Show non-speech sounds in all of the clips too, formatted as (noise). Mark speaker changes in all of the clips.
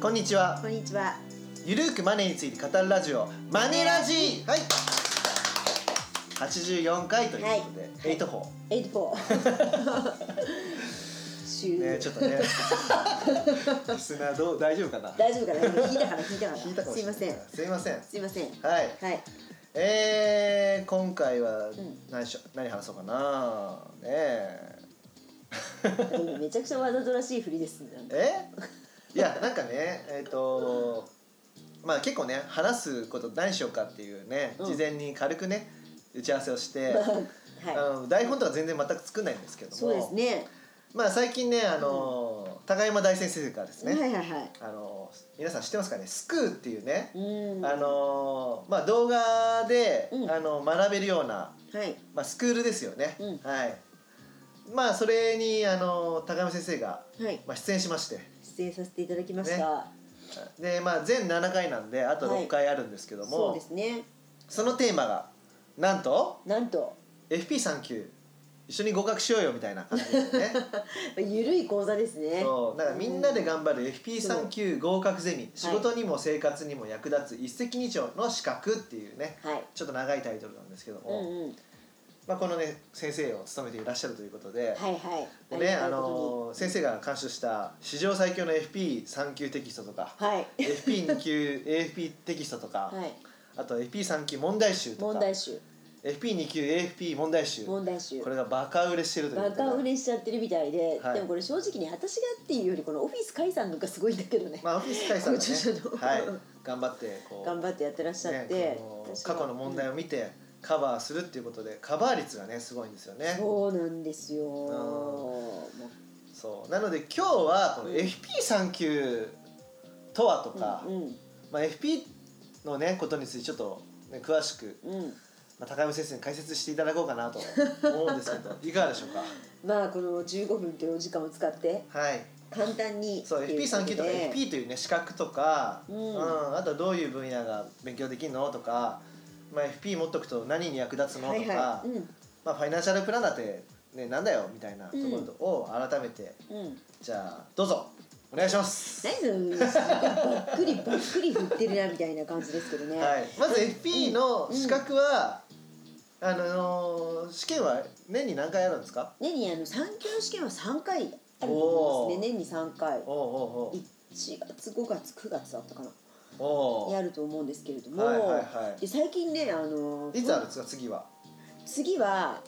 Speaker 1: こんにちは
Speaker 2: こんにちは。
Speaker 1: ゆるーくマネーについて語るラジオマネラジはい84回ということ
Speaker 2: はい
Speaker 1: で、エイトホ
Speaker 2: エイトフォ
Speaker 1: (laughs) ーね
Speaker 2: ー。
Speaker 1: ちょっと
Speaker 2: (laughs)
Speaker 1: ねリスナーどう大丈夫かな
Speaker 2: 大丈夫かな。今聞いたから聞いたから。
Speaker 1: 聞いたかも
Speaker 2: す
Speaker 1: しれ
Speaker 2: い
Speaker 1: な
Speaker 2: ません。
Speaker 1: すいません
Speaker 2: すいません。
Speaker 1: はい (laughs)
Speaker 2: はい。
Speaker 1: えー、今回は
Speaker 2: ん
Speaker 1: 何しょ、何話そうかなねえ
Speaker 2: 今めちゃくちゃわざとらしい振りですね。
Speaker 1: えいやなんかねえっ、とまあ結構ね話すこと何しようかっていうね
Speaker 2: うん
Speaker 1: 事前に軽くね打ち合わせを
Speaker 2: (laughs)
Speaker 1: して、
Speaker 2: は
Speaker 1: あの台本とか全然全く作んないんですけど
Speaker 2: い。
Speaker 1: も
Speaker 2: そうですね。
Speaker 1: まあ最近ねあの、高山大先生からです
Speaker 2: は
Speaker 1: ね、
Speaker 2: いはいはい。
Speaker 1: あの皆さん知ってますかね「スクー」っていうね、
Speaker 2: うん。
Speaker 1: あのまあ動画で、
Speaker 2: うん
Speaker 1: あの学べるような、
Speaker 2: はい。
Speaker 1: まあ、スクールですよね、
Speaker 2: うん
Speaker 1: はいまあそれにあの高山先生が、
Speaker 2: はい。
Speaker 1: まあ、出演しまして
Speaker 2: 出演させていただきました。
Speaker 1: でまあ全7回なんであと
Speaker 2: はい
Speaker 1: 6回あるんですけども、
Speaker 2: そうですね。
Speaker 1: そのテーマがなんと
Speaker 2: なんと
Speaker 1: FP3 級一緒に合格しようよみたいな感じです
Speaker 2: (laughs)
Speaker 1: よね
Speaker 2: ゆるい講座ですね。
Speaker 1: そうだからみんなで頑張る FP3 級合格ゼミ仕事にも生活にも役立つ一石二鳥の資格っていうね
Speaker 2: はい。
Speaker 1: ちょっと長いタイトルなんですけど
Speaker 2: う
Speaker 1: も、
Speaker 2: んうん。
Speaker 1: まあ、このね先生を務めていらっしゃるということで、
Speaker 2: はいは
Speaker 1: で
Speaker 2: い。
Speaker 1: ね、あ
Speaker 2: りがたいこ
Speaker 1: のー先生が監修した史上最強の FP3 級テキストとか
Speaker 2: とにはい。
Speaker 1: FP2 級 AFP テキストとか、
Speaker 2: はい。
Speaker 1: あと FP3 級問題集と
Speaker 2: 問
Speaker 1: か
Speaker 2: 題集。
Speaker 1: FP2 級 AFP 問題集
Speaker 2: 問題集
Speaker 1: こ。れがバカ売れしてるということ
Speaker 2: バ
Speaker 1: で
Speaker 2: カ売れしちゃってるみたいで、
Speaker 1: はい
Speaker 2: でもこれ正直ね私がっていうよりこのオフィス解散のがすごいんだけどね、
Speaker 1: まあオフィス解散
Speaker 2: ご著書の
Speaker 1: ね、はい、頑張ってこう
Speaker 2: 頑張ってやってらっしゃって、
Speaker 1: ねこの
Speaker 2: 私は
Speaker 1: 過去の問題を見てカバーするっていうことでカバー率がねすごいんですよね
Speaker 2: そうなんですよ、
Speaker 1: ん
Speaker 2: も
Speaker 1: そうなので今日はこの
Speaker 2: うん
Speaker 1: FP3 級とはと
Speaker 2: う
Speaker 1: か、
Speaker 2: うん
Speaker 1: まあ、FP のねことについてちょっと、ね、詳しく、
Speaker 2: うんうん
Speaker 1: まあ、高山先生に解説していただこうかなと思うんです
Speaker 2: (laughs)
Speaker 1: けどいかがでしょうか
Speaker 2: まあこの15分というお時間を使って
Speaker 1: はい
Speaker 2: 簡単に
Speaker 1: そう
Speaker 2: ってい
Speaker 1: FP3 級とか
Speaker 2: ことで
Speaker 1: FP というね資格とか、
Speaker 2: うん
Speaker 1: あとはどういう分野が勉強できるのとか、まあ、FP 持っとくと何に役立つのとか、
Speaker 2: はいはいうん
Speaker 1: まあ、ファイナンシャルプランナーって、ね、なんだよみたいなところを改めて、
Speaker 2: うん、
Speaker 1: じゃあどうぞお願いします、
Speaker 2: 何そのばっくりばっくり振ってるなみたいな感じですけどね、
Speaker 1: はい、まず FP の
Speaker 2: うん
Speaker 1: 資格は、あのー試験は年に何回あるんですか
Speaker 2: 年にあの3級の試験は3回あると思いますね年に3回
Speaker 1: おうおう
Speaker 2: 1月5月9月だったかな
Speaker 1: おうおう
Speaker 2: やると思うんですけれども、
Speaker 1: はいはいは
Speaker 2: で最近ねあの
Speaker 1: いいつあるんですか次は
Speaker 2: 次は、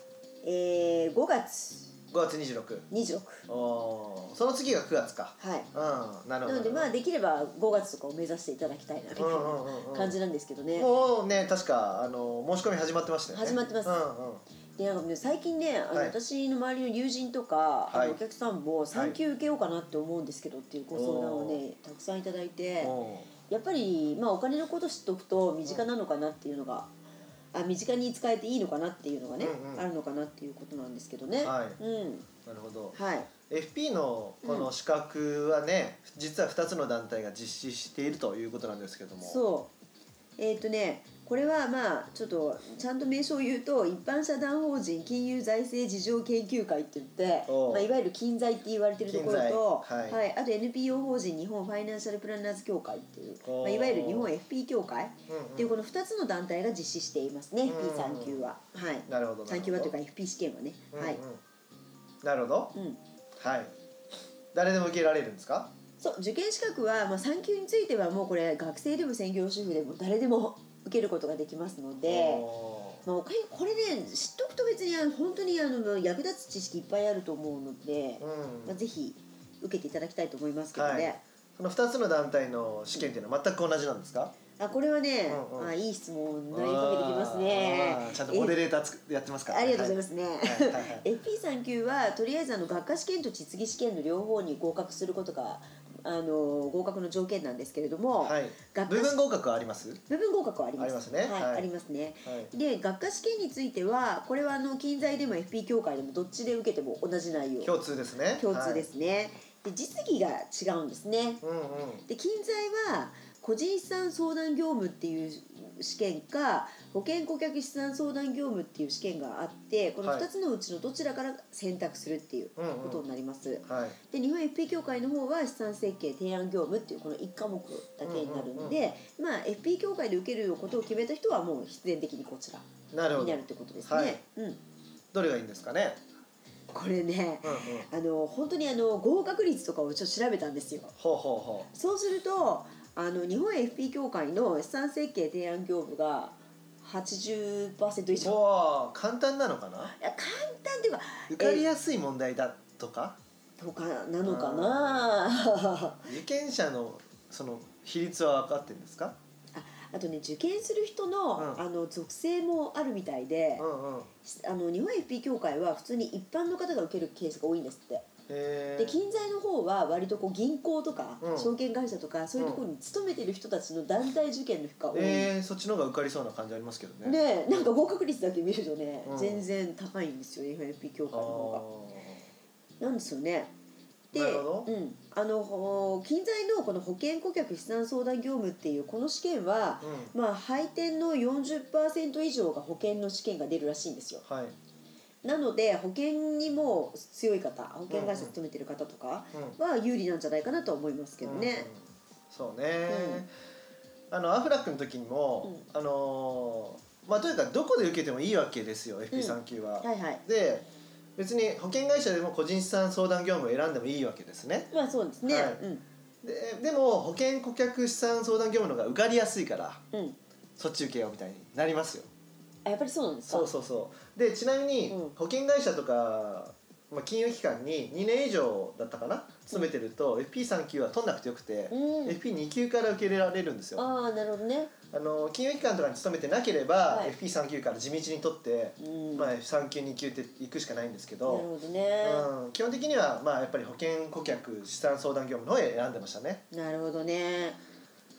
Speaker 2: えー、5月
Speaker 1: 5月26
Speaker 2: 26
Speaker 1: おーその次が9月か
Speaker 2: はい
Speaker 1: うんなるほ
Speaker 2: な
Speaker 1: ど
Speaker 2: のでまあできれば5月とかを目指していただきたいなみたい
Speaker 1: うんうんうんう
Speaker 2: なん感じなんですけどね、
Speaker 1: もうね確かあの申し込み始まってましたよね
Speaker 2: 始まってます
Speaker 1: うん
Speaker 2: でなんかね最近ねあの、
Speaker 1: はい
Speaker 2: 私の周りの友人とか、あ
Speaker 1: はい
Speaker 2: のお客さんも産休受けようかなって思うんですけどっていうご相談をねたくさんいただいて
Speaker 1: うんお
Speaker 2: やっぱり、まあ、お金のこと知っておくと身近なのかなっていうのが。あ身近に使えていいのかなっていうのがね、
Speaker 1: うんうん
Speaker 2: あるのかなっていうことなんですけどね、
Speaker 1: はい
Speaker 2: うん
Speaker 1: ーなるほど
Speaker 2: はい、
Speaker 1: FP のこの資格はね、実は2つの団体が実施しているということなんですけども
Speaker 2: そうえっ、とねこれはまあちょっとちゃんと名称を言うと一般社団法人金融財政事情研究会って言って、
Speaker 1: おう
Speaker 2: まあ、いわゆる金財って言われてるところと、
Speaker 1: 金財はい
Speaker 2: あと NPO 法人日本ファイナンシャルプランナーズ協会っていう、
Speaker 1: おう
Speaker 2: まあ、いわゆる日本 FP 協会
Speaker 1: うんうん
Speaker 2: っていうこの2つの団体が実施していますね、
Speaker 1: ん
Speaker 2: FP3 級は、はい
Speaker 1: なるほどなるほど
Speaker 2: 3級はというか FP 試験はね、
Speaker 1: うんうん
Speaker 2: はい、
Speaker 1: なるほど
Speaker 2: うん、
Speaker 1: はい誰でも受けられるんですか
Speaker 2: そう受験資格は、まあ、3級についてはもうこれ学生でも専業主婦でも誰でも受けることができますので、
Speaker 1: お
Speaker 2: まあ、おかゆこれね知っとくと別にあの本当にあの役立つ知識いっぱいあると思うので
Speaker 1: ー、う
Speaker 2: まあ、
Speaker 1: ん、
Speaker 2: ぜひ受けていただきたいと思いますけどね、
Speaker 1: はいその2つの団体の試験っていうのは全く同じなんですか
Speaker 2: あこれはね、
Speaker 1: うんうん
Speaker 2: あいい質問投げかけてきますね
Speaker 1: あーちゃんとモデレーターつくやってますから
Speaker 2: ありがとうござい
Speaker 1: ま
Speaker 2: ますね、
Speaker 1: はいはいはい
Speaker 2: FP3 級はとりあえずあの学科試験と実技試験の両方に合格することがあの合格の条件なんですけれども、
Speaker 1: はい、はい
Speaker 2: 学科
Speaker 1: 部分合格はあります
Speaker 2: 部分合格はあります
Speaker 1: ありますね
Speaker 2: はい
Speaker 1: はい
Speaker 2: ありますね
Speaker 1: はい
Speaker 2: で学科試験についてはこれはあの近在でも FP 協会でもどっちで受けても同じ内容
Speaker 1: 共通ですね
Speaker 2: 共通で、すね、で実技が違うんですね
Speaker 1: はいうんうん
Speaker 2: で近在は個人資産相談業務っていう試験か保険顧客資産相談業務っていう試験があってこの
Speaker 1: はい
Speaker 2: 2つのうちのどちらから選択するっていう
Speaker 1: うんうん
Speaker 2: ことになります。
Speaker 1: はい
Speaker 2: で日本 FP 協会の方は資産設計提案業務っていうこの1科目だけになるんで、まあ、FP 協会で受けることを決めた人はもう必然的にこちら
Speaker 1: なるほ
Speaker 2: にな
Speaker 1: ど
Speaker 2: るってことですね。
Speaker 1: はい
Speaker 2: うん、
Speaker 1: どれがいいんですかね
Speaker 2: これね
Speaker 1: うんうん
Speaker 2: あの本当にあの合格率とかをちょっと調べたんですよ。
Speaker 1: ほうほ
Speaker 2: そうするとあの日本 FP 協会の資産設計提案業務が
Speaker 1: う
Speaker 2: 80%以
Speaker 1: ほう
Speaker 2: 上。
Speaker 1: ほう簡単なのかない
Speaker 2: や簡単っていうか
Speaker 1: 受かりやすい問題だとか
Speaker 2: とかなのかな。
Speaker 1: 受験者のその比率は分かってるんですか
Speaker 2: (laughs) あとね受験する人の,、
Speaker 1: うん
Speaker 2: あの属性もあるみたいで
Speaker 1: う、んうん
Speaker 2: あの日本 FP 協会は普通に一般の方が受けるケースが多いんですって、
Speaker 1: へ
Speaker 2: で
Speaker 1: ー
Speaker 2: 金財の方は割とこう銀行とか、
Speaker 1: うん
Speaker 2: 証券会社とかそういうところに勤めてる人たちの団体受験の人が多い、
Speaker 1: えー、そっちの方が受かりそうな感じありますけどね
Speaker 2: でなんか合格率だけ見るとね、
Speaker 1: うん
Speaker 2: 全然高いんですよ日本 FP 協
Speaker 1: あ
Speaker 2: 会の方
Speaker 1: ー
Speaker 2: が。なんですよね。で、
Speaker 1: なるほ
Speaker 2: う
Speaker 1: ど
Speaker 2: ん、あのほ近在のこの保険顧客資産相談業務っていうこの試験は、
Speaker 1: う
Speaker 2: まあ配点の40%以上が保険の試験が出るらしいんですよ。
Speaker 1: んはい、
Speaker 2: なので保険にも強い方、保険会社勤めてる方とか
Speaker 1: うん、
Speaker 2: は有利なんじゃないかなと思いますけど
Speaker 1: うん
Speaker 2: ね。
Speaker 1: そうね、あのアフラックの時にも、あのーまあとにかくどこで受けてもいいわけですよ FP3 級は、
Speaker 2: はいはい。
Speaker 1: で別に保険会社でも個人資産相談業務を選んでもいいわけですね
Speaker 2: まあそうですね。
Speaker 1: はい
Speaker 2: うん
Speaker 1: ででも保険顧客資産相談業務の方が受かりやすいから
Speaker 2: うん。
Speaker 1: そっち受けようみたいになりますよ
Speaker 2: あやっぱりそうなんですか。
Speaker 1: そうそうそうでちなみに
Speaker 2: うん
Speaker 1: 保険会社とか、まあ、金融機関に2年以上だったかな勤めてると FP3 級は取んなくてよくて、
Speaker 2: うん。
Speaker 1: FP2 級から受け入れられるんですよ
Speaker 2: ああなるほどね。
Speaker 1: あの金融機関とかに勤めてなければ、
Speaker 2: はい
Speaker 1: FP3 級から地道に取って、
Speaker 2: うん。
Speaker 1: まあ、
Speaker 2: なる
Speaker 1: F3 級2級って行くしかないんですけど、
Speaker 2: ほどね。
Speaker 1: うん、基本的には、まあ、やっぱり保険顧客資産相談業務の方へ選んでましたね
Speaker 2: なるほどね。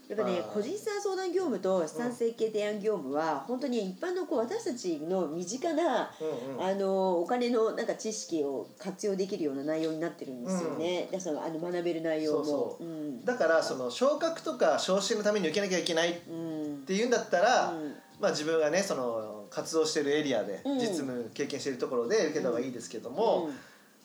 Speaker 2: やっぱ
Speaker 1: ま
Speaker 2: ね
Speaker 1: あ
Speaker 2: 個人資産相談業務と資産設計提案業務は本当に一般のこう私たちの身近な
Speaker 1: うんうん
Speaker 2: あのお金のなんか知識を活用できるような内容になってるんですよね。だからそのあの学べる内容も。。
Speaker 1: そう
Speaker 2: ん。
Speaker 1: だからその昇格とか昇進のために受けなきゃいけないっ
Speaker 2: うん。
Speaker 1: ていうんだったら、
Speaker 2: うん
Speaker 1: まあ、自分がねその活動してるエリアで
Speaker 2: うん
Speaker 1: 実務経験してるところで受けた方がいいですけども、
Speaker 2: うん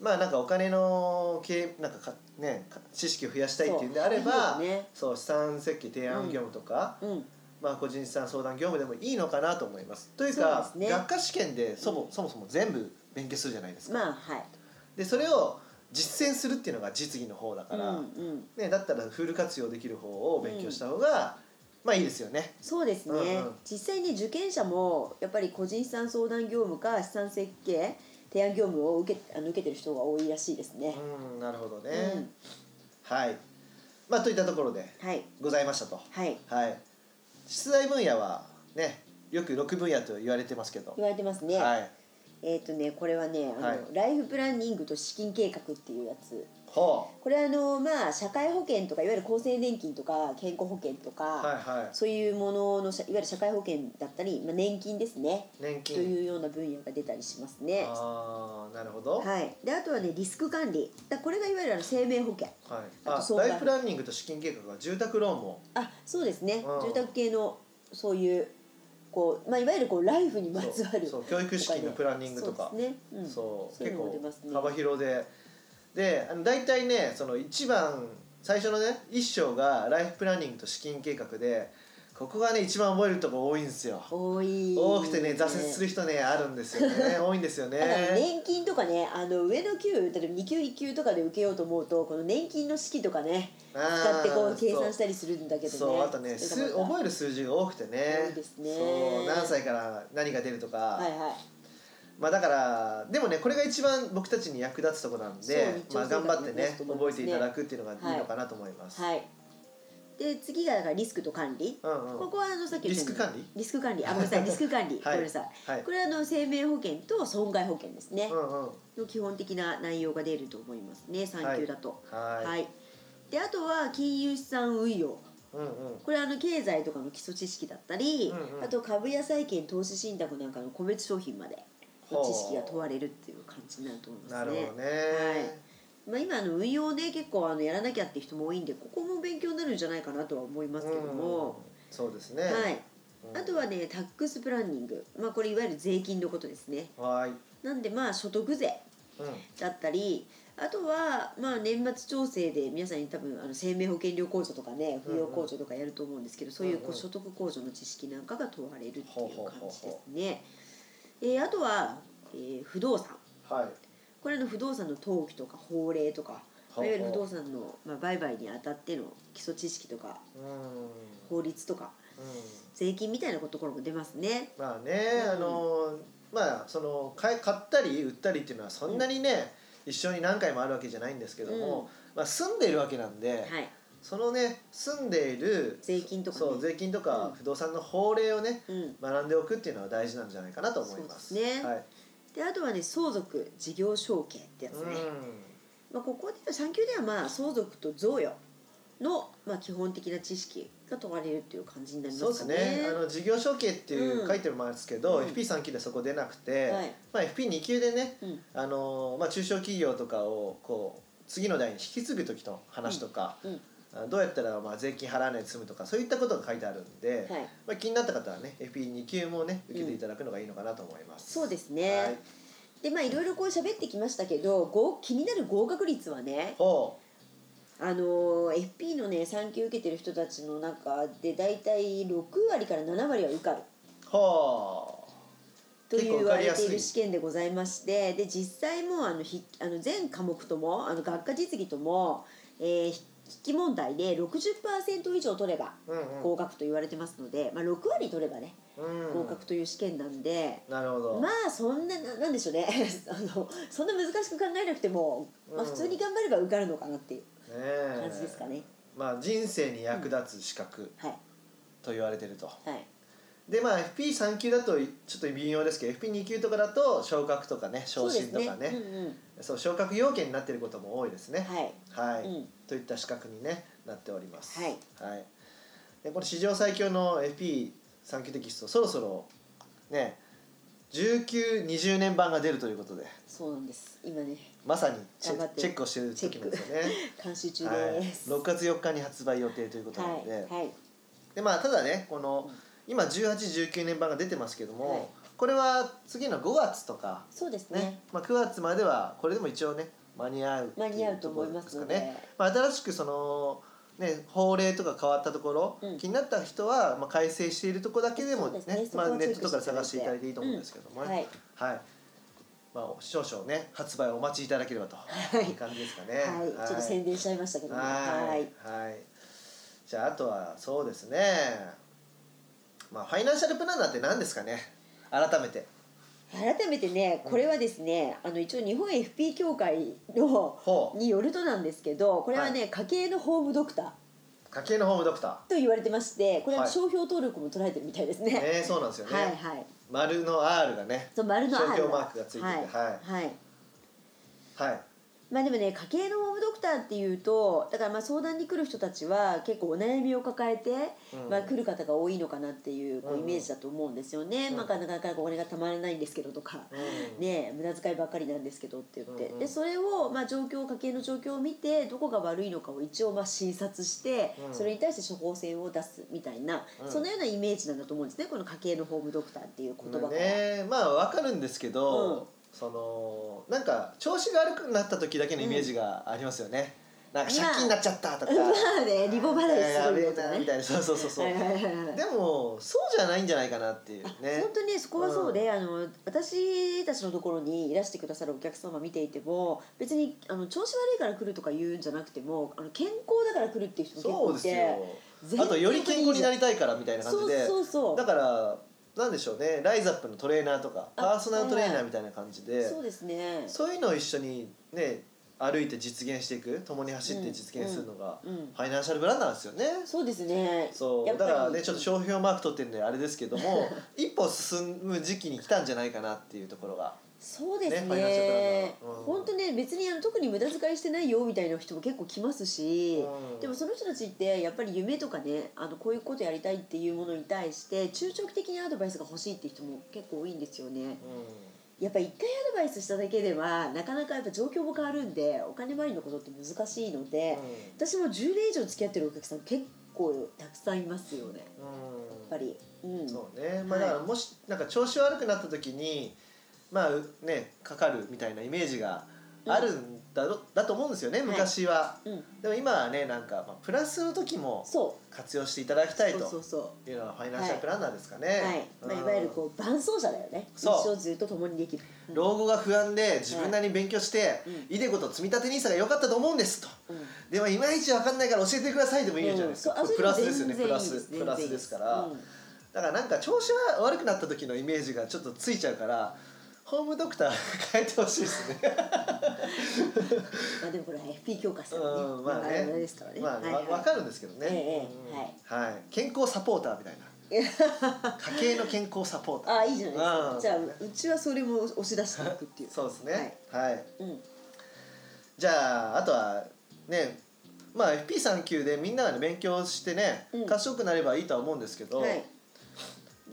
Speaker 1: まあなんかお金の経なんかか、ね、か知識を増やしたいっていうんであれば
Speaker 2: そういいよね
Speaker 1: そう資産設計提案業務とか、
Speaker 2: うん。
Speaker 1: まあ、個人資産相談業務でもいいのかなと思います。というか
Speaker 2: そうですね
Speaker 1: 学科試験でそも,、
Speaker 2: うん
Speaker 1: そもそも全部勉強するじゃないですか。
Speaker 2: まあはい。
Speaker 1: でそれを実践するっていうのが実技の方だか
Speaker 2: うん
Speaker 1: ら、
Speaker 2: うん。
Speaker 1: ね、だったらフル活用できる方を勉強した方が、まあいいですよね。
Speaker 2: そうですね、
Speaker 1: うんうん
Speaker 2: 実際に受験者もやっぱり個人資産相談業務か資産設計提案業務を受けあの受けてる人が多いらしいですね。
Speaker 1: うんなるほどね、
Speaker 2: うん
Speaker 1: はいまあといったところで
Speaker 2: はい
Speaker 1: ございましたと。
Speaker 2: はい
Speaker 1: はい、出題分野はねよく6分野と言われてますけど、
Speaker 2: 言われてますね。
Speaker 1: はい、
Speaker 2: えっ、とねこれはねあの、
Speaker 1: はい
Speaker 2: ライフプランニングと資金計画っていうやつ。
Speaker 1: ほ
Speaker 2: これはあのまあ社会保険とかいわゆる厚生年金とか健康保険とか、
Speaker 1: うはいは
Speaker 2: そういうものの社いわゆる社会保険だったり、まあ、年金ですね
Speaker 1: い年
Speaker 2: と
Speaker 1: 金
Speaker 2: いうような分野が出たりしますね。
Speaker 1: ああなるほど、はい
Speaker 2: はい、であとはねリスク管理だこれがいわゆるあの生命保険あと
Speaker 1: あ
Speaker 2: 相談
Speaker 1: ライフプランニングと資金計画は住宅ローンも
Speaker 2: あそうですね、
Speaker 1: うん
Speaker 2: 住宅系のそういうこう、まあ、いわゆるこうライフにまつわる
Speaker 1: そうそう教育資金のプランニングとか
Speaker 2: そうですね、うん、
Speaker 1: そう
Speaker 2: そうい
Speaker 1: 結
Speaker 2: うのも出
Speaker 1: 構
Speaker 2: ますね
Speaker 1: 幅広でであの大体ねその一番最初のね一章がライフプランニングと資金計画でここがね一番覚えるとこ多いんですよ
Speaker 2: 多い
Speaker 1: 多くてね挫折する人ねあるんですよ
Speaker 2: (laughs)
Speaker 1: ね多いんですよね
Speaker 2: だから年金とかねあの上の級例えば2級1級とかで受けようと思うとこの年金の式とかね使
Speaker 1: 使
Speaker 2: ってこう計算したりするんだけどね
Speaker 1: そうあとね
Speaker 2: それ
Speaker 1: 数
Speaker 2: がまた
Speaker 1: 覚える数字が多くてね
Speaker 2: 多いですね
Speaker 1: そう何歳から何が出るとか、
Speaker 2: はいはい
Speaker 1: まあだからでもねこれが一番僕たちに役立つとこなんで、
Speaker 2: そ
Speaker 1: ま
Speaker 2: う
Speaker 1: あ、
Speaker 2: 日常
Speaker 1: 頑
Speaker 2: 生活
Speaker 1: 張って
Speaker 2: に役
Speaker 1: ね
Speaker 2: 立つと思い
Speaker 1: 覚
Speaker 2: ま
Speaker 1: え
Speaker 2: す
Speaker 1: て
Speaker 2: ね
Speaker 1: いただくっていうのがいいのかなと思います、
Speaker 2: はいで次がだからリスクと管理、
Speaker 1: うんうん
Speaker 2: ここはあのさっき言ったように
Speaker 1: リスク管理
Speaker 2: リスク管理あごめんなさいリスク管理、
Speaker 1: (laughs) はい
Speaker 2: ごめんなさい
Speaker 1: はい
Speaker 2: これはあの生命保険と損害保険ですね
Speaker 1: う、んうん
Speaker 2: の基本的な内容が出ると思いますね3級だと
Speaker 1: はい、
Speaker 2: であとは金融資産運用
Speaker 1: うんうん
Speaker 2: これはあの経済とかの基礎知識だったり、
Speaker 1: うんうん
Speaker 2: あと株や債券投資信託なんかの個別商品までの知識が問われるっていう感じになると思いますね。
Speaker 1: なるほどね、
Speaker 2: まあ、今あの運用ね結構あのやらなきゃって人も多いんでここも勉強になるんじゃないかなとは思いますけど
Speaker 1: うん
Speaker 2: も、
Speaker 1: そうですね、
Speaker 2: はい
Speaker 1: うん
Speaker 2: あとはねタックスプランニング、まあ、これいわゆる税金のことですね
Speaker 1: はーい、
Speaker 2: なんでまあ所得税
Speaker 1: うん、
Speaker 2: だったりあとはまあ年末調整で皆さんに多分あの生命保険料控除とかね扶養控除とかやると思うんですけど、そういう
Speaker 1: うん
Speaker 2: こ
Speaker 1: う
Speaker 2: うん所得控除の知識なんかが問われるっていう
Speaker 1: ほうほうほうほ
Speaker 2: 感
Speaker 1: う
Speaker 2: じですね。えーあとは、えー不動産
Speaker 1: はい
Speaker 2: これの不動産の登記とか法令とかい
Speaker 1: ほうほう
Speaker 2: わゆる不動産の、まあ、売買にあたっての基礎知識とか
Speaker 1: うんうん
Speaker 2: 法律とか税金みたいなところも出ますね。
Speaker 1: まあね、
Speaker 2: うん
Speaker 1: あのまあその買い買ったり売ったりっていうのはそんなにね、一緒に何回もあるわけじゃないんですけども、まあ、住んでいるわけなんで、
Speaker 2: はい、
Speaker 1: そのね住んでいる
Speaker 2: 税金とかね
Speaker 1: そう税金と
Speaker 2: うん
Speaker 1: か不動産の法令をね
Speaker 2: うん、
Speaker 1: 学んでおくっていうのは大事なんじゃないかなと思います。
Speaker 2: そうですね
Speaker 1: はい、
Speaker 2: であとはね相続事業承継ってやつね。まあ、ここで産休ではまあ相続と贈与のまあ基本的な知識が問われるっていう感じにな
Speaker 1: うん、
Speaker 2: り
Speaker 1: そう
Speaker 2: ま
Speaker 1: ですす
Speaker 2: か
Speaker 1: ね
Speaker 2: ね。
Speaker 1: あの事業承継っていううん書いてますけど、
Speaker 2: うん
Speaker 1: FP3 級でそこ出なくて、
Speaker 2: はい
Speaker 1: まあ、FP2 級でね、
Speaker 2: うん
Speaker 1: あのまあ、中小企業とかをこう次の代に引き継ぐ時の話とか、
Speaker 2: うん
Speaker 1: あどうやったらまあ税金払わないで済むとかそういったことが書いてあるんで、
Speaker 2: はい、
Speaker 1: まあ、気になった方はね FP2 級もね受けていただくのがいいのかなと思います。
Speaker 2: そうですね。
Speaker 1: はい、
Speaker 2: でまあいろいろこう喋ってきましたけど、合気になる合格率はね、
Speaker 1: ほ
Speaker 2: あのー FP のね産休受けてる人たちの中でだいたい六割から七割は受かる。
Speaker 1: うほ
Speaker 2: という
Speaker 1: 結
Speaker 2: 言
Speaker 1: 構受
Speaker 2: わ
Speaker 1: かり
Speaker 2: れ
Speaker 1: や
Speaker 2: て
Speaker 1: すい
Speaker 2: いる試験でございましてで実際もうあのひあの全科目ともあの学科実技とも、えー、筆記問題で60%以上取れば
Speaker 1: う、うんうん
Speaker 2: 合格と言われてますので、まあ、6割取ればね
Speaker 1: うん、
Speaker 2: 合格という試験なんで、
Speaker 1: なるほど、
Speaker 2: まあそんなななんでしょうね (laughs) あのそんな難しく考えなくても、まあ、
Speaker 1: うん
Speaker 2: 普通に頑張れば受かるのかなっていう
Speaker 1: ねえ
Speaker 2: 感じですかね。
Speaker 1: まあ、人生に役立つ資格
Speaker 2: はい
Speaker 1: と言われてると、
Speaker 2: はい
Speaker 1: でまあ FP3 級だとちょっと微妙ですけど FP2 級とかだと昇格とかね
Speaker 2: そ
Speaker 1: 昇
Speaker 2: うです
Speaker 1: 進と
Speaker 2: ね
Speaker 1: かねそう
Speaker 2: うんうん、
Speaker 1: 昇格要件になってることも多いですね
Speaker 2: はい
Speaker 1: はい、
Speaker 2: うん
Speaker 1: といった資格に、ね、なっております
Speaker 2: はい、
Speaker 1: はい、でこの史上最強の FP3 級テキストそろそろね1920年版が出るということで
Speaker 2: そうなんです今ね
Speaker 1: まさにチ
Speaker 2: 頑張っ
Speaker 1: ェ
Speaker 2: て
Speaker 1: チェックをしてる時なんですよね
Speaker 2: 監修中
Speaker 1: はい
Speaker 2: (laughs) です。
Speaker 1: 6月4日に発売予定ということなので、
Speaker 2: はいはい
Speaker 1: でまあただねこの
Speaker 2: うん
Speaker 1: 今1819年版が出てますけども、
Speaker 2: はい
Speaker 1: これは次の5月とか、
Speaker 2: そうです
Speaker 1: ね
Speaker 2: ね
Speaker 1: まあ、9月まではこれでも一応ね間に合うって
Speaker 2: 間に合う
Speaker 1: と
Speaker 2: と
Speaker 1: こ
Speaker 2: 思
Speaker 1: ろ
Speaker 2: いま
Speaker 1: ですすか
Speaker 2: の
Speaker 1: ね
Speaker 2: で。
Speaker 1: まあ、新しくそのね、法令とか変わったところ、
Speaker 2: うん
Speaker 1: 気になった人は、まあ、改正しているところだけでも
Speaker 2: そう
Speaker 1: ね
Speaker 2: ですねそこ
Speaker 1: まあ、
Speaker 2: を
Speaker 1: ネ
Speaker 2: チェック
Speaker 1: ットとかで探していただいていいと思うんですけどもね、
Speaker 2: はい
Speaker 1: はいまあ、少々ね発売をお待ちいただければと
Speaker 2: は
Speaker 1: い
Speaker 2: い
Speaker 1: う感じですかね。
Speaker 2: はい、ちょっと宣伝しちゃいましたけども、
Speaker 1: は
Speaker 2: はいい、
Speaker 1: はいじゃああとはそうですねまあファイナンシャルプランナーって何ですかね改めて
Speaker 2: 改めてね、これはですね、あの一応日本 FP 協会の
Speaker 1: ほう
Speaker 2: によるとなんですけど、これはね、家計のホームドクター
Speaker 1: 家計のホームドクタ
Speaker 2: と言われてまして、これは
Speaker 1: はい
Speaker 2: 商標登録も取られてるみたいですね。
Speaker 1: ーねそうなんですよね、
Speaker 2: はいはい。
Speaker 1: 丸の R がね
Speaker 2: そう丸の R
Speaker 1: 商標マークがついてては
Speaker 2: はい。はい
Speaker 1: はい
Speaker 2: まあでもね家計のホームドクターっていうとだからまあ相談に来る人たちは結構お悩みを抱えて、
Speaker 1: うん
Speaker 2: まあ、来る方が多いのかなっていうこ
Speaker 1: うん
Speaker 2: う
Speaker 1: う
Speaker 2: イ
Speaker 1: ん
Speaker 2: メージだと思うんですよね、
Speaker 1: うん
Speaker 2: まあ、なかなかお金がたまらないんですけどとか、
Speaker 1: うん
Speaker 2: ねえ無駄遣いばっかりなんですけどって言って、
Speaker 1: うんうん
Speaker 2: でそれをまあ状況家計の状況を見てどこが悪いのかを一応まあ診察して、
Speaker 1: うん
Speaker 2: それに対して処方箋を出すみたいな、
Speaker 1: うん
Speaker 2: そのようなイメージなんだと思うんですねこの家計のホームドクターっていう言葉から。
Speaker 1: ねまあわかるんですけど、
Speaker 2: うん
Speaker 1: そのなんか調子が悪くなった時だけのイメージがありますよね、なんか借金になっちゃったとか、
Speaker 2: まあ (laughs) ねリボ払いするよ
Speaker 1: よ
Speaker 2: とかね
Speaker 1: みたいなそうそうそうそう、
Speaker 2: はいはいはいはい
Speaker 1: でもそうじゃないんじゃないかなっていうね
Speaker 2: 本当にねそこはそうで、あの私たちのところにいらしてくださるお客様見ていても別にあの調子悪いから来るとか言うんじゃなくてもあの健康だから来るっていう人
Speaker 1: そう
Speaker 2: も
Speaker 1: で
Speaker 2: 結
Speaker 1: すよ
Speaker 2: 構いて全然
Speaker 1: あとより健康になりたいからみたいな感
Speaker 2: そ
Speaker 1: じ
Speaker 2: う
Speaker 1: で
Speaker 2: そうそう
Speaker 1: だからなんでしょうねライザップのトレーナーとか
Speaker 2: あ
Speaker 1: パーソナルトレーナーみたいな感じで、
Speaker 2: そうですね
Speaker 1: そういうのを一緒にね歩いて実現していく共に走って実現するのが、
Speaker 2: うんうん
Speaker 1: ファイナンシャルブランナーですよね。
Speaker 2: そうですね
Speaker 1: そう
Speaker 2: や
Speaker 1: だ
Speaker 2: っぱ
Speaker 1: か
Speaker 2: り
Speaker 1: らねちょっと商標マーク取ってるんであれですけど
Speaker 2: (laughs)
Speaker 1: も一歩進む時期に来たんじゃないかなっていうところが
Speaker 2: そうです
Speaker 1: ね
Speaker 2: ね
Speaker 1: ファイナンシャルプランナーうん
Speaker 2: 本当ね別にあの特に無駄遣いしてないよみたいな人も結構来ますし、
Speaker 1: うん
Speaker 2: でもその人たちってやっぱり夢とかねあのこういうことやりたいっていうものに対して中長期的にアドバイスが欲しいって人も結構多いんですよね
Speaker 1: う
Speaker 2: やっぱ一回アドバイスしただけではなかなかやっぱ状況も変わるんでお金回りのことって難しいので、
Speaker 1: ん
Speaker 2: 私も10年以上付き合ってるお客さん結構たくさんいますよねやっぱ
Speaker 1: う
Speaker 2: り、うん
Speaker 1: ん、
Speaker 2: そ
Speaker 1: そうね、まあ、だからもしなんか調子悪くなった時にまあねかかるみたいなイメージがあるんだろ、だと思うんですよね
Speaker 2: い
Speaker 1: 昔は、
Speaker 2: う,、ん、
Speaker 1: でも今はねなんか、まあ、プラスの時も
Speaker 2: そ
Speaker 1: 活用していただきたいう
Speaker 2: そうそ
Speaker 1: と
Speaker 2: うそ
Speaker 1: いうのがファイナンシャルプランナーですかね、
Speaker 2: う、はいまあ、いわゆるこう伴走者だよね一
Speaker 1: そう
Speaker 2: 生ずっと共にできる、うん
Speaker 1: 老後が不安で自分なりに勉強して、
Speaker 2: う
Speaker 1: いでこと積み立て NISA が良かったと思うんですと
Speaker 2: うん
Speaker 1: でもいまいち分かんないから教えてくださいでもいいじゃないですか、
Speaker 2: うん
Speaker 1: これプラスですよねプラ
Speaker 2: そうあ
Speaker 1: ス
Speaker 2: それ
Speaker 1: プ
Speaker 2: も
Speaker 1: ラ
Speaker 2: 全然
Speaker 1: ス
Speaker 2: いいで
Speaker 1: ですすから、
Speaker 2: 全然いいです
Speaker 1: だからなんか調子が悪くなった時のイメージがちょっとついちゃうからホームドクター (laughs) 変えてほしいですね
Speaker 2: うんまあでもこれ FP 強化さんね、
Speaker 1: うんまあね
Speaker 2: あれですからね、
Speaker 1: まあ、
Speaker 2: はい
Speaker 1: わ
Speaker 2: はい
Speaker 1: 分かるんですけどね、
Speaker 2: ええ
Speaker 1: うんはい健康サポーターみた
Speaker 2: (laughs)
Speaker 1: いな家計の健康サポーター
Speaker 2: ああいいじゃないで
Speaker 1: う
Speaker 2: すか
Speaker 1: ん
Speaker 2: じゃあうちはそれも押し出していくってい
Speaker 1: (laughs)
Speaker 2: う
Speaker 1: そうですねはい、
Speaker 2: うん
Speaker 1: じゃああとはねまあ FP3 級でみんなが、ね、勉強してね
Speaker 2: うん
Speaker 1: 賢くなればいいとは思うんですけど、
Speaker 2: はい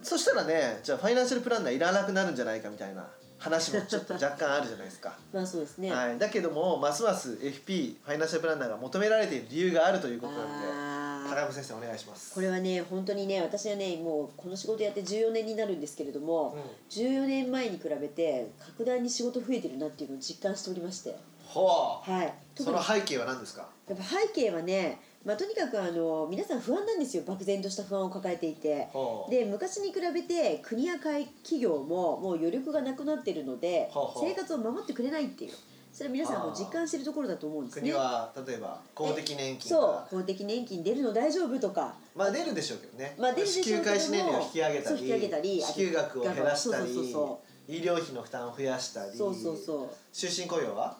Speaker 1: そしたらねじゃあファイナンシャルプランナーいらなくなるんじゃないかみたいな話もちょっと若干あるじゃないですか、
Speaker 2: まあそうですね、
Speaker 1: はい、だけどもますます FP ファイナンシャルプランナーが求められている理由があるということなんで
Speaker 2: あ
Speaker 1: 高
Speaker 2: あ
Speaker 1: 山先生お願いします
Speaker 2: これはね本当にね私はねもうこの仕事やって14年になるんですけれども、14年前に比べて格段に仕事増えてるなっていうのを実感しておりまして
Speaker 1: ほ
Speaker 2: はい
Speaker 1: そ
Speaker 2: 特に
Speaker 1: の
Speaker 2: やっ
Speaker 1: 背景は何ですか
Speaker 2: ぱ背景はね、まあ、とにかくあの皆さん不安なんですよ漠然とした不安を抱えていて
Speaker 1: ほう
Speaker 2: で昔に比べて国や会企業ももう余力がなくなってるので
Speaker 1: ほうほう
Speaker 2: 生活を守ってくれないっていうそれ皆さんも実感してるところだと思うんです
Speaker 1: 国
Speaker 2: ね
Speaker 1: は例えば公的年金
Speaker 2: そ
Speaker 1: が
Speaker 2: う公的年金出るの大丈夫とか
Speaker 1: まあ出るでしょうけどね、
Speaker 2: まあ出るでしょうけども
Speaker 1: 支給開始年齢を引き上げた
Speaker 2: そう
Speaker 1: り
Speaker 2: 引き上げたり
Speaker 1: 支給額を減らしたり
Speaker 2: そうそうそ
Speaker 1: 医療費の負担を増やしたり
Speaker 2: そうそうそう
Speaker 1: 終身雇用は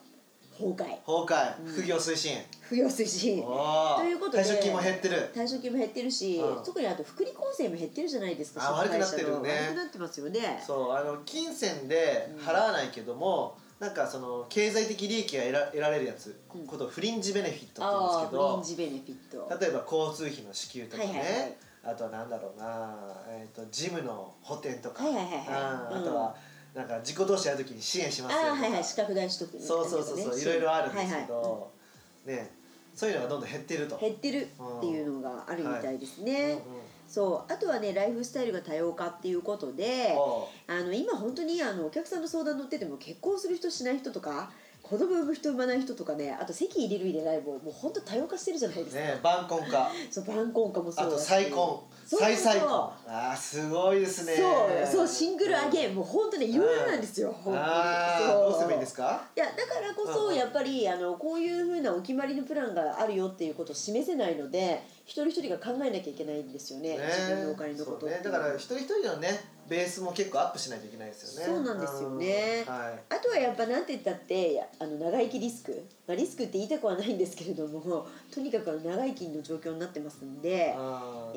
Speaker 2: 崩壊
Speaker 1: 崩壊、
Speaker 2: うん
Speaker 1: 副業推進
Speaker 2: 扶養推進
Speaker 1: おー
Speaker 2: ということで
Speaker 1: 退職金も減ってる
Speaker 2: 退職金も減ってるし、
Speaker 1: うん
Speaker 2: 特にあと福利厚生も減ってるじゃないですか
Speaker 1: あ
Speaker 2: その会社の
Speaker 1: 悪くなってるね
Speaker 2: 悪くなってますよね
Speaker 1: そうあの金銭で払わないけども、なんかその経済的利益が得ら得られるやつ、
Speaker 2: うん
Speaker 1: ことをフリンジベネフィットって言うん
Speaker 2: あ
Speaker 1: ですけ
Speaker 2: あ
Speaker 1: ど
Speaker 2: フリンジベネフィット
Speaker 1: 例えば交通費の支給とかね、
Speaker 2: はいはいはい
Speaker 1: あとはなんだろうな、えー、とジムの補填とか、
Speaker 2: はいはいはいはい
Speaker 1: うん
Speaker 2: う
Speaker 1: あ
Speaker 2: ん
Speaker 1: とはなんか自己投資やるときに支援しますよと
Speaker 2: あ
Speaker 1: か、
Speaker 2: あはいはい資格大取得みたいな
Speaker 1: そ
Speaker 2: ね
Speaker 1: うそうそうそういろいろあるんですけど、
Speaker 2: はいはい
Speaker 1: ねそういうのがどんどん減ってると。
Speaker 2: 減ってるっていうのがあるみたいですね、
Speaker 1: うんうん
Speaker 2: そうあとはねライフスタイルが多様化っていうことで
Speaker 1: おう
Speaker 2: あの今本当にあのお客さんの相談乗ってても結婚する人しない人とか子供産む人産まない人とかねあと籍入れる入れないももう本当多様化してるじゃないですか、
Speaker 1: ね晩婚か
Speaker 2: そう晩婚化もそ
Speaker 1: あ
Speaker 2: う
Speaker 1: と
Speaker 2: だし
Speaker 1: 再婚
Speaker 2: そうそう
Speaker 1: 再再婚あーすごいですね
Speaker 2: そうそうシングルアゲイン
Speaker 1: ン
Speaker 2: もう本当ねいろいろなんですよ、本
Speaker 1: あ
Speaker 2: 当に
Speaker 1: ーどうすればいいんです
Speaker 2: か
Speaker 1: か
Speaker 2: いやだからこ
Speaker 1: うん
Speaker 2: そ
Speaker 1: うん
Speaker 2: やっぱりあのこういうふうなお決まりのプランがあるよっていうことを示せないので一人一人が考えなきゃいけないんですよね自分のお金のこと
Speaker 1: そうねだから一人一人のねベースも結構アップしないといけないですよね
Speaker 2: そうなんですよね
Speaker 1: うんはい
Speaker 2: あとはやっぱなんて言ったってやあの長生きリスク、まあ、リスクって言いたくはないんですけれどもとにかくあの長生きの状況になってますんで、
Speaker 1: う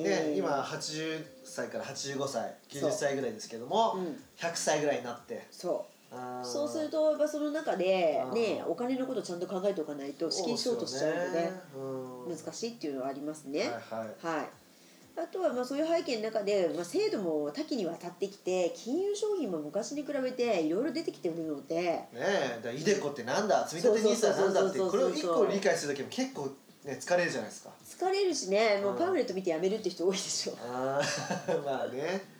Speaker 1: ん
Speaker 2: え
Speaker 1: で
Speaker 2: ー
Speaker 1: 今80歳から85歳
Speaker 2: そう
Speaker 1: 90歳ぐらいですけども、
Speaker 2: うん
Speaker 1: 100歳ぐらいになって
Speaker 2: そう
Speaker 1: あー
Speaker 2: そうするとやっぱその中で
Speaker 1: うん
Speaker 2: ねお金のことちゃんと考えておかないと資金ショートしちゃうので、
Speaker 1: そうですよねうん
Speaker 2: 難しいっていうのはありますね。
Speaker 1: はいはい
Speaker 2: はいあとはまあそういう背景の中で、まあ、制度も多岐にわたってきて金融商品も昔に比べていろいろ出てきてるので
Speaker 1: ねえだからイデコってなんだ積み立て NISA なんだって
Speaker 2: そう
Speaker 1: こ
Speaker 2: そう
Speaker 1: れ
Speaker 2: そうそうそう
Speaker 1: を一個理解するだけでも結構ね疲れるじゃないですか
Speaker 2: 疲れるしねも
Speaker 1: う
Speaker 2: うんパンフレット見てやめるって人多いで
Speaker 1: (laughs)
Speaker 2: しょ。
Speaker 1: あー (laughs) まあね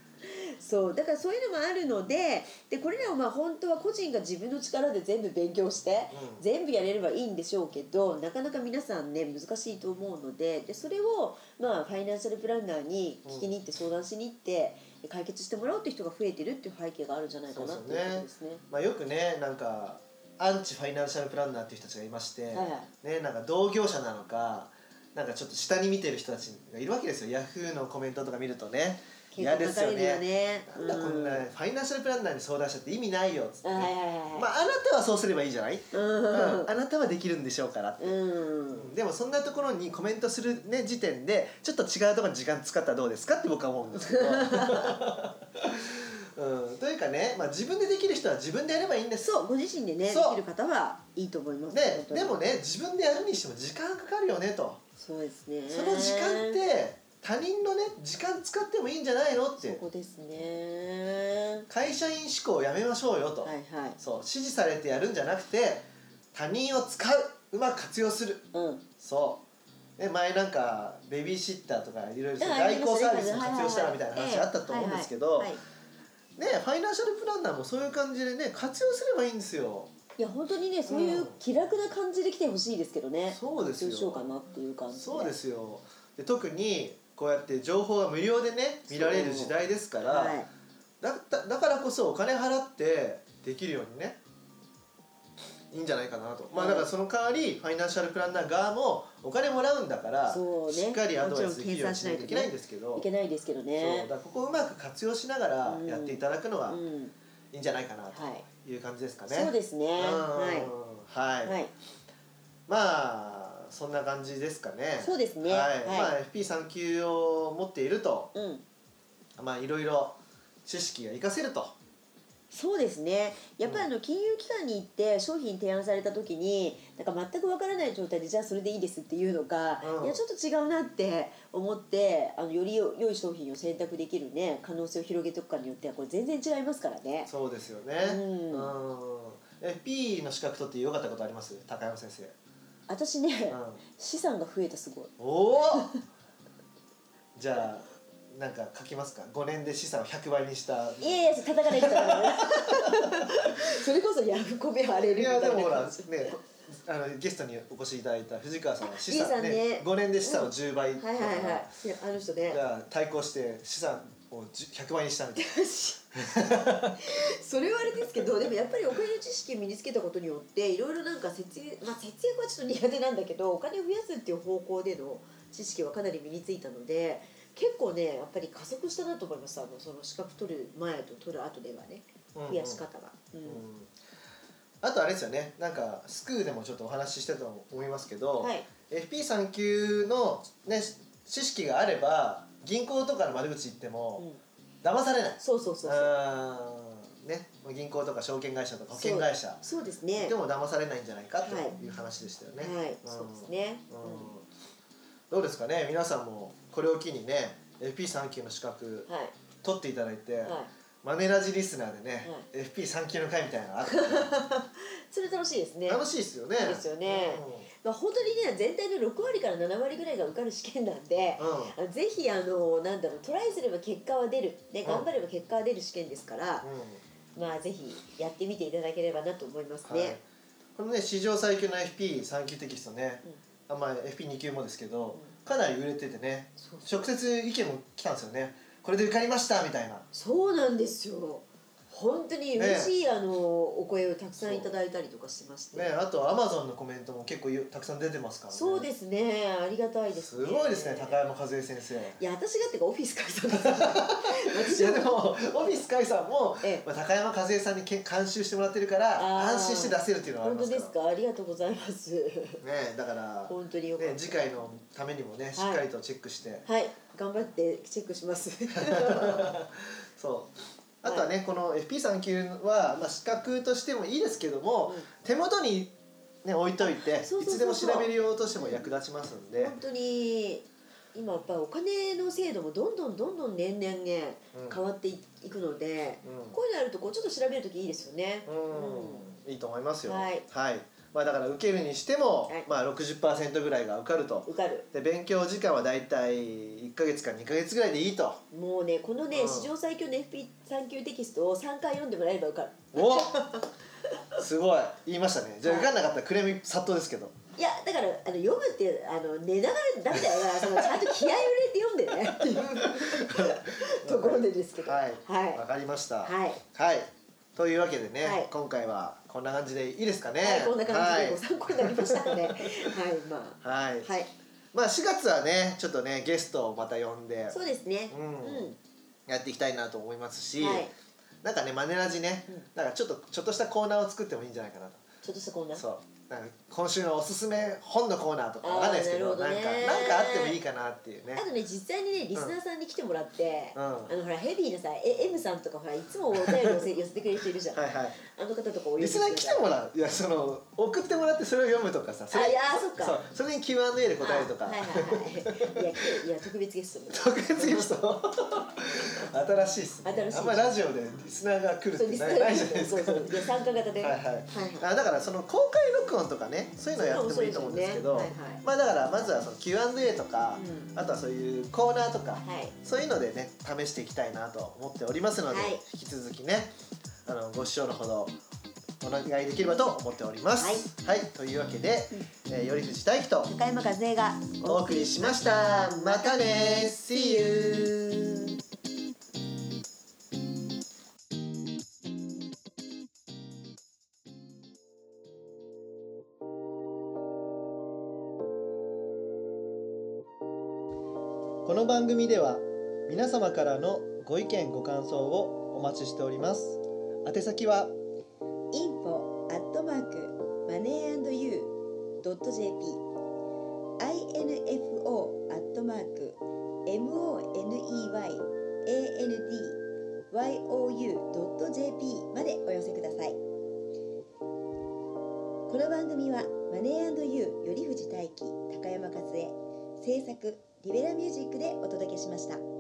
Speaker 2: そうだからそういうのもあるのででこれらをまあ本当は個人が自分の力で全部勉強して、
Speaker 1: うん
Speaker 2: 全部やれればいいんでしょうけどなかなか皆さんね難しいと思うのででそれをまあファイナンシャルプランナーに聞きに行って相談しに行って解決してもらおうって人が増えてるっていう背景があるんじゃないかなっていうことですね。
Speaker 1: まあ、よくねなんかアンチファイナンシャルプランナーっていう人たちがいまして、
Speaker 2: はいは
Speaker 1: ね、なんか同業者なのかなんかちょっと下に見てる人たちがいるわけですよヤフーのコメントとか見るとね
Speaker 2: 結
Speaker 1: 嫌
Speaker 2: 構
Speaker 1: で
Speaker 2: 書
Speaker 1: す
Speaker 2: か
Speaker 1: よ
Speaker 2: れるよ
Speaker 1: ね
Speaker 2: ね。
Speaker 1: なんだこんなファイナンシャルプランナーに相談したって意味ないよっつって、
Speaker 2: うんはいはい
Speaker 1: ね
Speaker 2: はい
Speaker 1: ま
Speaker 2: はい。
Speaker 1: あ、あなたはそうすればいいじゃない、
Speaker 2: うん
Speaker 1: うんあなたはできるんでしょうからって、
Speaker 2: うん
Speaker 1: でもそんなところにコメントする、ね、時点でちょっと違うところに時間使ったらどうですかって僕は思うんです
Speaker 2: (laughs)
Speaker 1: けど。うん、というかね、まあ、自分でできる人は自分でやればいいんです
Speaker 2: そうご自身でねで
Speaker 1: そう
Speaker 2: きる方はいいと思います。本
Speaker 1: で
Speaker 2: 当に
Speaker 1: でもね自分でやるにしても時間かかるよねと
Speaker 2: そうですね。
Speaker 1: その時間って他人のね時間使ってもいいんじゃないのっ
Speaker 2: そ
Speaker 1: て
Speaker 2: こですね。
Speaker 1: 会社員思考をやめましょうよと、
Speaker 2: はいはい。
Speaker 1: そう指示されてやるんじゃなくて他人を使ううまく活用する
Speaker 2: うん。
Speaker 1: そね、前なんかベビーシッターとかいろいろ
Speaker 2: ああ
Speaker 1: 代
Speaker 2: りま
Speaker 1: 行
Speaker 2: し
Speaker 1: サー
Speaker 2: たね
Speaker 1: ビスを活用したらみたいな話あったと思うんですけど、
Speaker 2: はいはいはいはい
Speaker 1: ね、ファイナンシャルプランナーもそういう感じでね活用すればいいんですよ。
Speaker 2: いや本当にねそういう気楽な感じで来てほしいですけどね。
Speaker 1: そうですよ
Speaker 2: どうしようかなっていう感じで。
Speaker 1: そうですよで特にこうやって情報が無料でね見られる時代ですから、
Speaker 2: はい。
Speaker 1: だっただからこそお金払ってできるようにねいいんじゃないかなとまあ
Speaker 2: はい
Speaker 1: だからその代わりファイナンシャルプランナー側もお金もらうんだから、
Speaker 2: そうね
Speaker 1: しっかりアドバイスできるようにしないとい
Speaker 2: も
Speaker 1: け
Speaker 2: ち
Speaker 1: な
Speaker 2: ろん計算しないとね
Speaker 1: いんですけど
Speaker 2: いけないですけど
Speaker 1: そうだ
Speaker 2: ね
Speaker 1: か。らここをうまく活用しながらやっていただくの
Speaker 2: う
Speaker 1: は
Speaker 2: ん、
Speaker 1: いいんじゃないかな
Speaker 2: はい。
Speaker 1: という感じですかね。
Speaker 2: そうですね。
Speaker 1: うん
Speaker 2: は
Speaker 1: はい
Speaker 2: い。はい。
Speaker 1: まあそんな感じですかね。
Speaker 2: そうですね
Speaker 1: はい
Speaker 2: はい
Speaker 1: まあ FP3 級を持っていると
Speaker 2: うん。
Speaker 1: まあいろいろ知識が活かせると。
Speaker 2: そうですねやっぱりあの金融機関に行って商品提案された時になんか全くわからない状態でじゃあそれでいいですっていうのか、
Speaker 1: うん
Speaker 2: いやちょっと違うなって思ってあのよりよ良い商品を選択できるね可能性を広げておくかによってはこれ全然違いますからね。
Speaker 1: そうですよね。
Speaker 2: うん
Speaker 1: うん。FP の資格取って良かったことあります高山先生。
Speaker 2: 私ね、
Speaker 1: うん。
Speaker 2: 資産が増えたすごい (laughs)
Speaker 1: おお。じゃあ。なんか書きますか5年で資産を100倍にした
Speaker 2: いやいや叩かれるから
Speaker 1: (laughs)
Speaker 2: それこそヤフコメ荒れる
Speaker 1: い
Speaker 2: みた
Speaker 1: や
Speaker 2: いな
Speaker 1: でもほら
Speaker 2: 感
Speaker 1: ね
Speaker 2: じ
Speaker 1: あのゲストにお越しいただいた藤川さんは資産
Speaker 2: あいいさん
Speaker 1: ね
Speaker 2: ね
Speaker 1: 5年で資産を10倍とか
Speaker 2: はいはいはいいやあの人ね
Speaker 1: じゃあ対抗して資産を100倍にしたみたいな
Speaker 2: (laughs) よしそれはあれですけどでもやっぱりお金の知識を身につけたことによっていろいろなんか節,、まあ、節約はちょっと苦手なんだけどお金を増やすっていう方向での知識はかなり身についたので結構ねやっぱり加速したなと思いましたあのその資格取る前と取る後ではね
Speaker 1: うんうん
Speaker 2: 増やし方が。う
Speaker 1: うんんあとあれですよねなんかスクールでもちょっとお話ししてたと思いますけど、
Speaker 2: はい
Speaker 1: FP3 級の、ね、知識があれば銀行とかの窓口行って
Speaker 2: う
Speaker 1: も
Speaker 2: ん
Speaker 1: 騙されない、
Speaker 2: そうそうそうそう
Speaker 1: あーね、銀行とか証券会社とか保険会社
Speaker 2: そうですね
Speaker 1: でも騙されないんじゃないかという話でしたよね。
Speaker 2: はい
Speaker 1: ん
Speaker 2: そうですね
Speaker 1: うん
Speaker 2: うん
Speaker 1: どうですかね皆さんもこれを機にね FP3 級の資格
Speaker 2: はい
Speaker 1: 取っていただいて、
Speaker 2: はい
Speaker 1: マネラジリスナーでね、FP3 級の会みたいなのあったらね
Speaker 2: それ楽しいですね
Speaker 1: 楽しいですよね。
Speaker 2: そうですよねまあ、本当にね全体の6割から7割ぐらいが受かる試験なんで
Speaker 1: う、ん、うん
Speaker 2: あぜひあのなんだろうトライすれば結果は出る、ね、
Speaker 1: ん
Speaker 2: 頑張れば結果は出る試験ですから、まあぜひやってみていただければなと思います
Speaker 1: はい
Speaker 2: ね。
Speaker 1: このね史上最強の FP3 級テキストね、あまあ FP2 級もですけど、かなり売れててね
Speaker 2: そう
Speaker 1: 直接意見も来たんですよねこれで受かりましたみたいな
Speaker 2: そうなんですよ。本当に嬉しい、あのお声をたくさんいただいたりとかしまして、
Speaker 1: ね、あとアマゾンのコメントも結構よたくさん出てますからね
Speaker 2: そうですねありがたいですすね。
Speaker 1: ごいですね高山和恵先生
Speaker 2: いや私がっていう
Speaker 1: (laughs)
Speaker 2: かオフィス解散です。
Speaker 1: いやでもオフィス解散も、
Speaker 2: ええ
Speaker 1: まあ、高山和恵さんにけ監修してもらってるから
Speaker 2: あー
Speaker 1: 安心して出せるっていうのはあり
Speaker 2: 本
Speaker 1: ま
Speaker 2: 当
Speaker 1: すか
Speaker 2: で
Speaker 1: ら
Speaker 2: すかありがとうござい
Speaker 1: (laughs)
Speaker 2: ます。
Speaker 1: ねだから、
Speaker 2: 本当によかっ
Speaker 1: ね
Speaker 2: た、。
Speaker 1: 次回のためにもねしっかりとチェックして、
Speaker 2: はい頑張ってチェック
Speaker 1: (laughs)
Speaker 2: します。
Speaker 1: そうあとはね、この FP3 級は、まあ、資格としてもいいですけども、
Speaker 2: うん
Speaker 1: 手元に、ね、置いといて
Speaker 2: そうそうそうそう
Speaker 1: いつでも調べるようとしても役立ちますんで、
Speaker 2: 本当に今やっぱりお金の制度もどんどんどんどん年々ね
Speaker 1: うん
Speaker 2: 変わっていくので、
Speaker 1: うん
Speaker 2: こういうのあるとこうちょっと調べるときいいですよね。
Speaker 1: うん、いいと思いますよ。
Speaker 2: はい
Speaker 1: まあ、だから受けるにしても、
Speaker 2: はい
Speaker 1: まあ、六十パーセントぐらいが受かると
Speaker 2: 受。かる。
Speaker 1: で、勉強時間はだいたい一ヶ月か二ヶ月ぐらいでいいと。
Speaker 2: もうねこのね、
Speaker 1: うん
Speaker 2: 史上最強の FP 3級テキストを3回読んでもらえれば受かる。
Speaker 1: お。 (laughs) すごい、言いましたね。じゃ、あ受かんなかったら、クレーム殺到ですけど。
Speaker 2: いやだからあの読むってあの寝ながらダメだ
Speaker 1: (laughs)
Speaker 2: よなそのちゃんと気合を入れて読んでねっていうところでですけど。
Speaker 1: はい。
Speaker 2: はい
Speaker 1: わかりました。
Speaker 2: はい
Speaker 1: はいというわけでね、
Speaker 2: はい
Speaker 1: 今回はこんな感じでいいですかね。
Speaker 2: はいこんな感じ
Speaker 1: は
Speaker 2: でご
Speaker 1: い
Speaker 2: 参考になりまし
Speaker 1: (laughs)
Speaker 2: たかね。はい、ま
Speaker 1: はい。
Speaker 2: あ、はい、
Speaker 1: まあ、四月はね、ちょっとね、ゲストをまた呼んで。
Speaker 2: そうですね。
Speaker 1: うんやっていきたいなと思います
Speaker 2: う
Speaker 1: し。
Speaker 2: ん、はい。
Speaker 1: なんかねマネラジね、
Speaker 2: うん
Speaker 1: なんかちょっとちょっとしたコーナーを作ってもいいんじゃないかなと、
Speaker 2: ちょっとしたこんな。
Speaker 1: そうなんか今週のおすすめ本のコーナーとかわかんないですけど
Speaker 2: あーな
Speaker 1: な
Speaker 2: る
Speaker 1: ん
Speaker 2: ほ
Speaker 1: か
Speaker 2: どね
Speaker 1: なんかあってもいいかなっていうね
Speaker 2: あとね実際にねリスナーさんに来てもらって、
Speaker 1: うん
Speaker 2: あのほらヘビーなさえ M さんとかほらいつもお便り寄せ寄せてくれる人いるじゃん、
Speaker 1: はいはい
Speaker 2: あの方とかお呼
Speaker 1: リ
Speaker 2: び
Speaker 1: スナー
Speaker 2: し
Speaker 1: に来
Speaker 2: て
Speaker 1: てもらういやその送ってもらってそれを読むとかさそれ
Speaker 2: あいやーそっか
Speaker 1: うそれに Q&A で答えると
Speaker 2: あ
Speaker 1: か
Speaker 2: はいはいはいいや来ていや特別ゲスト
Speaker 1: 特別ゲス
Speaker 2: (laughs)
Speaker 1: ト新しいっすね
Speaker 2: 新しい
Speaker 1: あんまりラジオでリスナーが来る
Speaker 2: そう
Speaker 1: っ
Speaker 2: リ
Speaker 1: て
Speaker 2: ス
Speaker 1: (laughs) な
Speaker 2: ナー
Speaker 1: いないじゃないですか
Speaker 2: そうそういや参加型で
Speaker 1: はいはい、あだからその公開録問とかねそういうのやってもいいと思うんですけど
Speaker 2: そういうのもそうですよね
Speaker 1: まあだからまずはその Q&A とか、
Speaker 2: うん
Speaker 1: あとはそういうコーナーとか
Speaker 2: はいはい
Speaker 1: そういうのでね試していきたいなと思っておりますので、
Speaker 2: はい
Speaker 1: 引き続きねあのご視聴のほどお願いできればと思っております。はい、というわけで、えー、頼藤大樹と
Speaker 2: 中山和恵が
Speaker 1: お送りしました。またね !See you!この番組では皆様からのご意見ご感想をお待ちしております。宛先は
Speaker 2: info アットマークマネー and you ドット jp info アットマーク money and you ドット jp までお寄せくださいこの番組はマネー and you 頼藤大輝高山和恵制作リベラミュージックでお届けしました。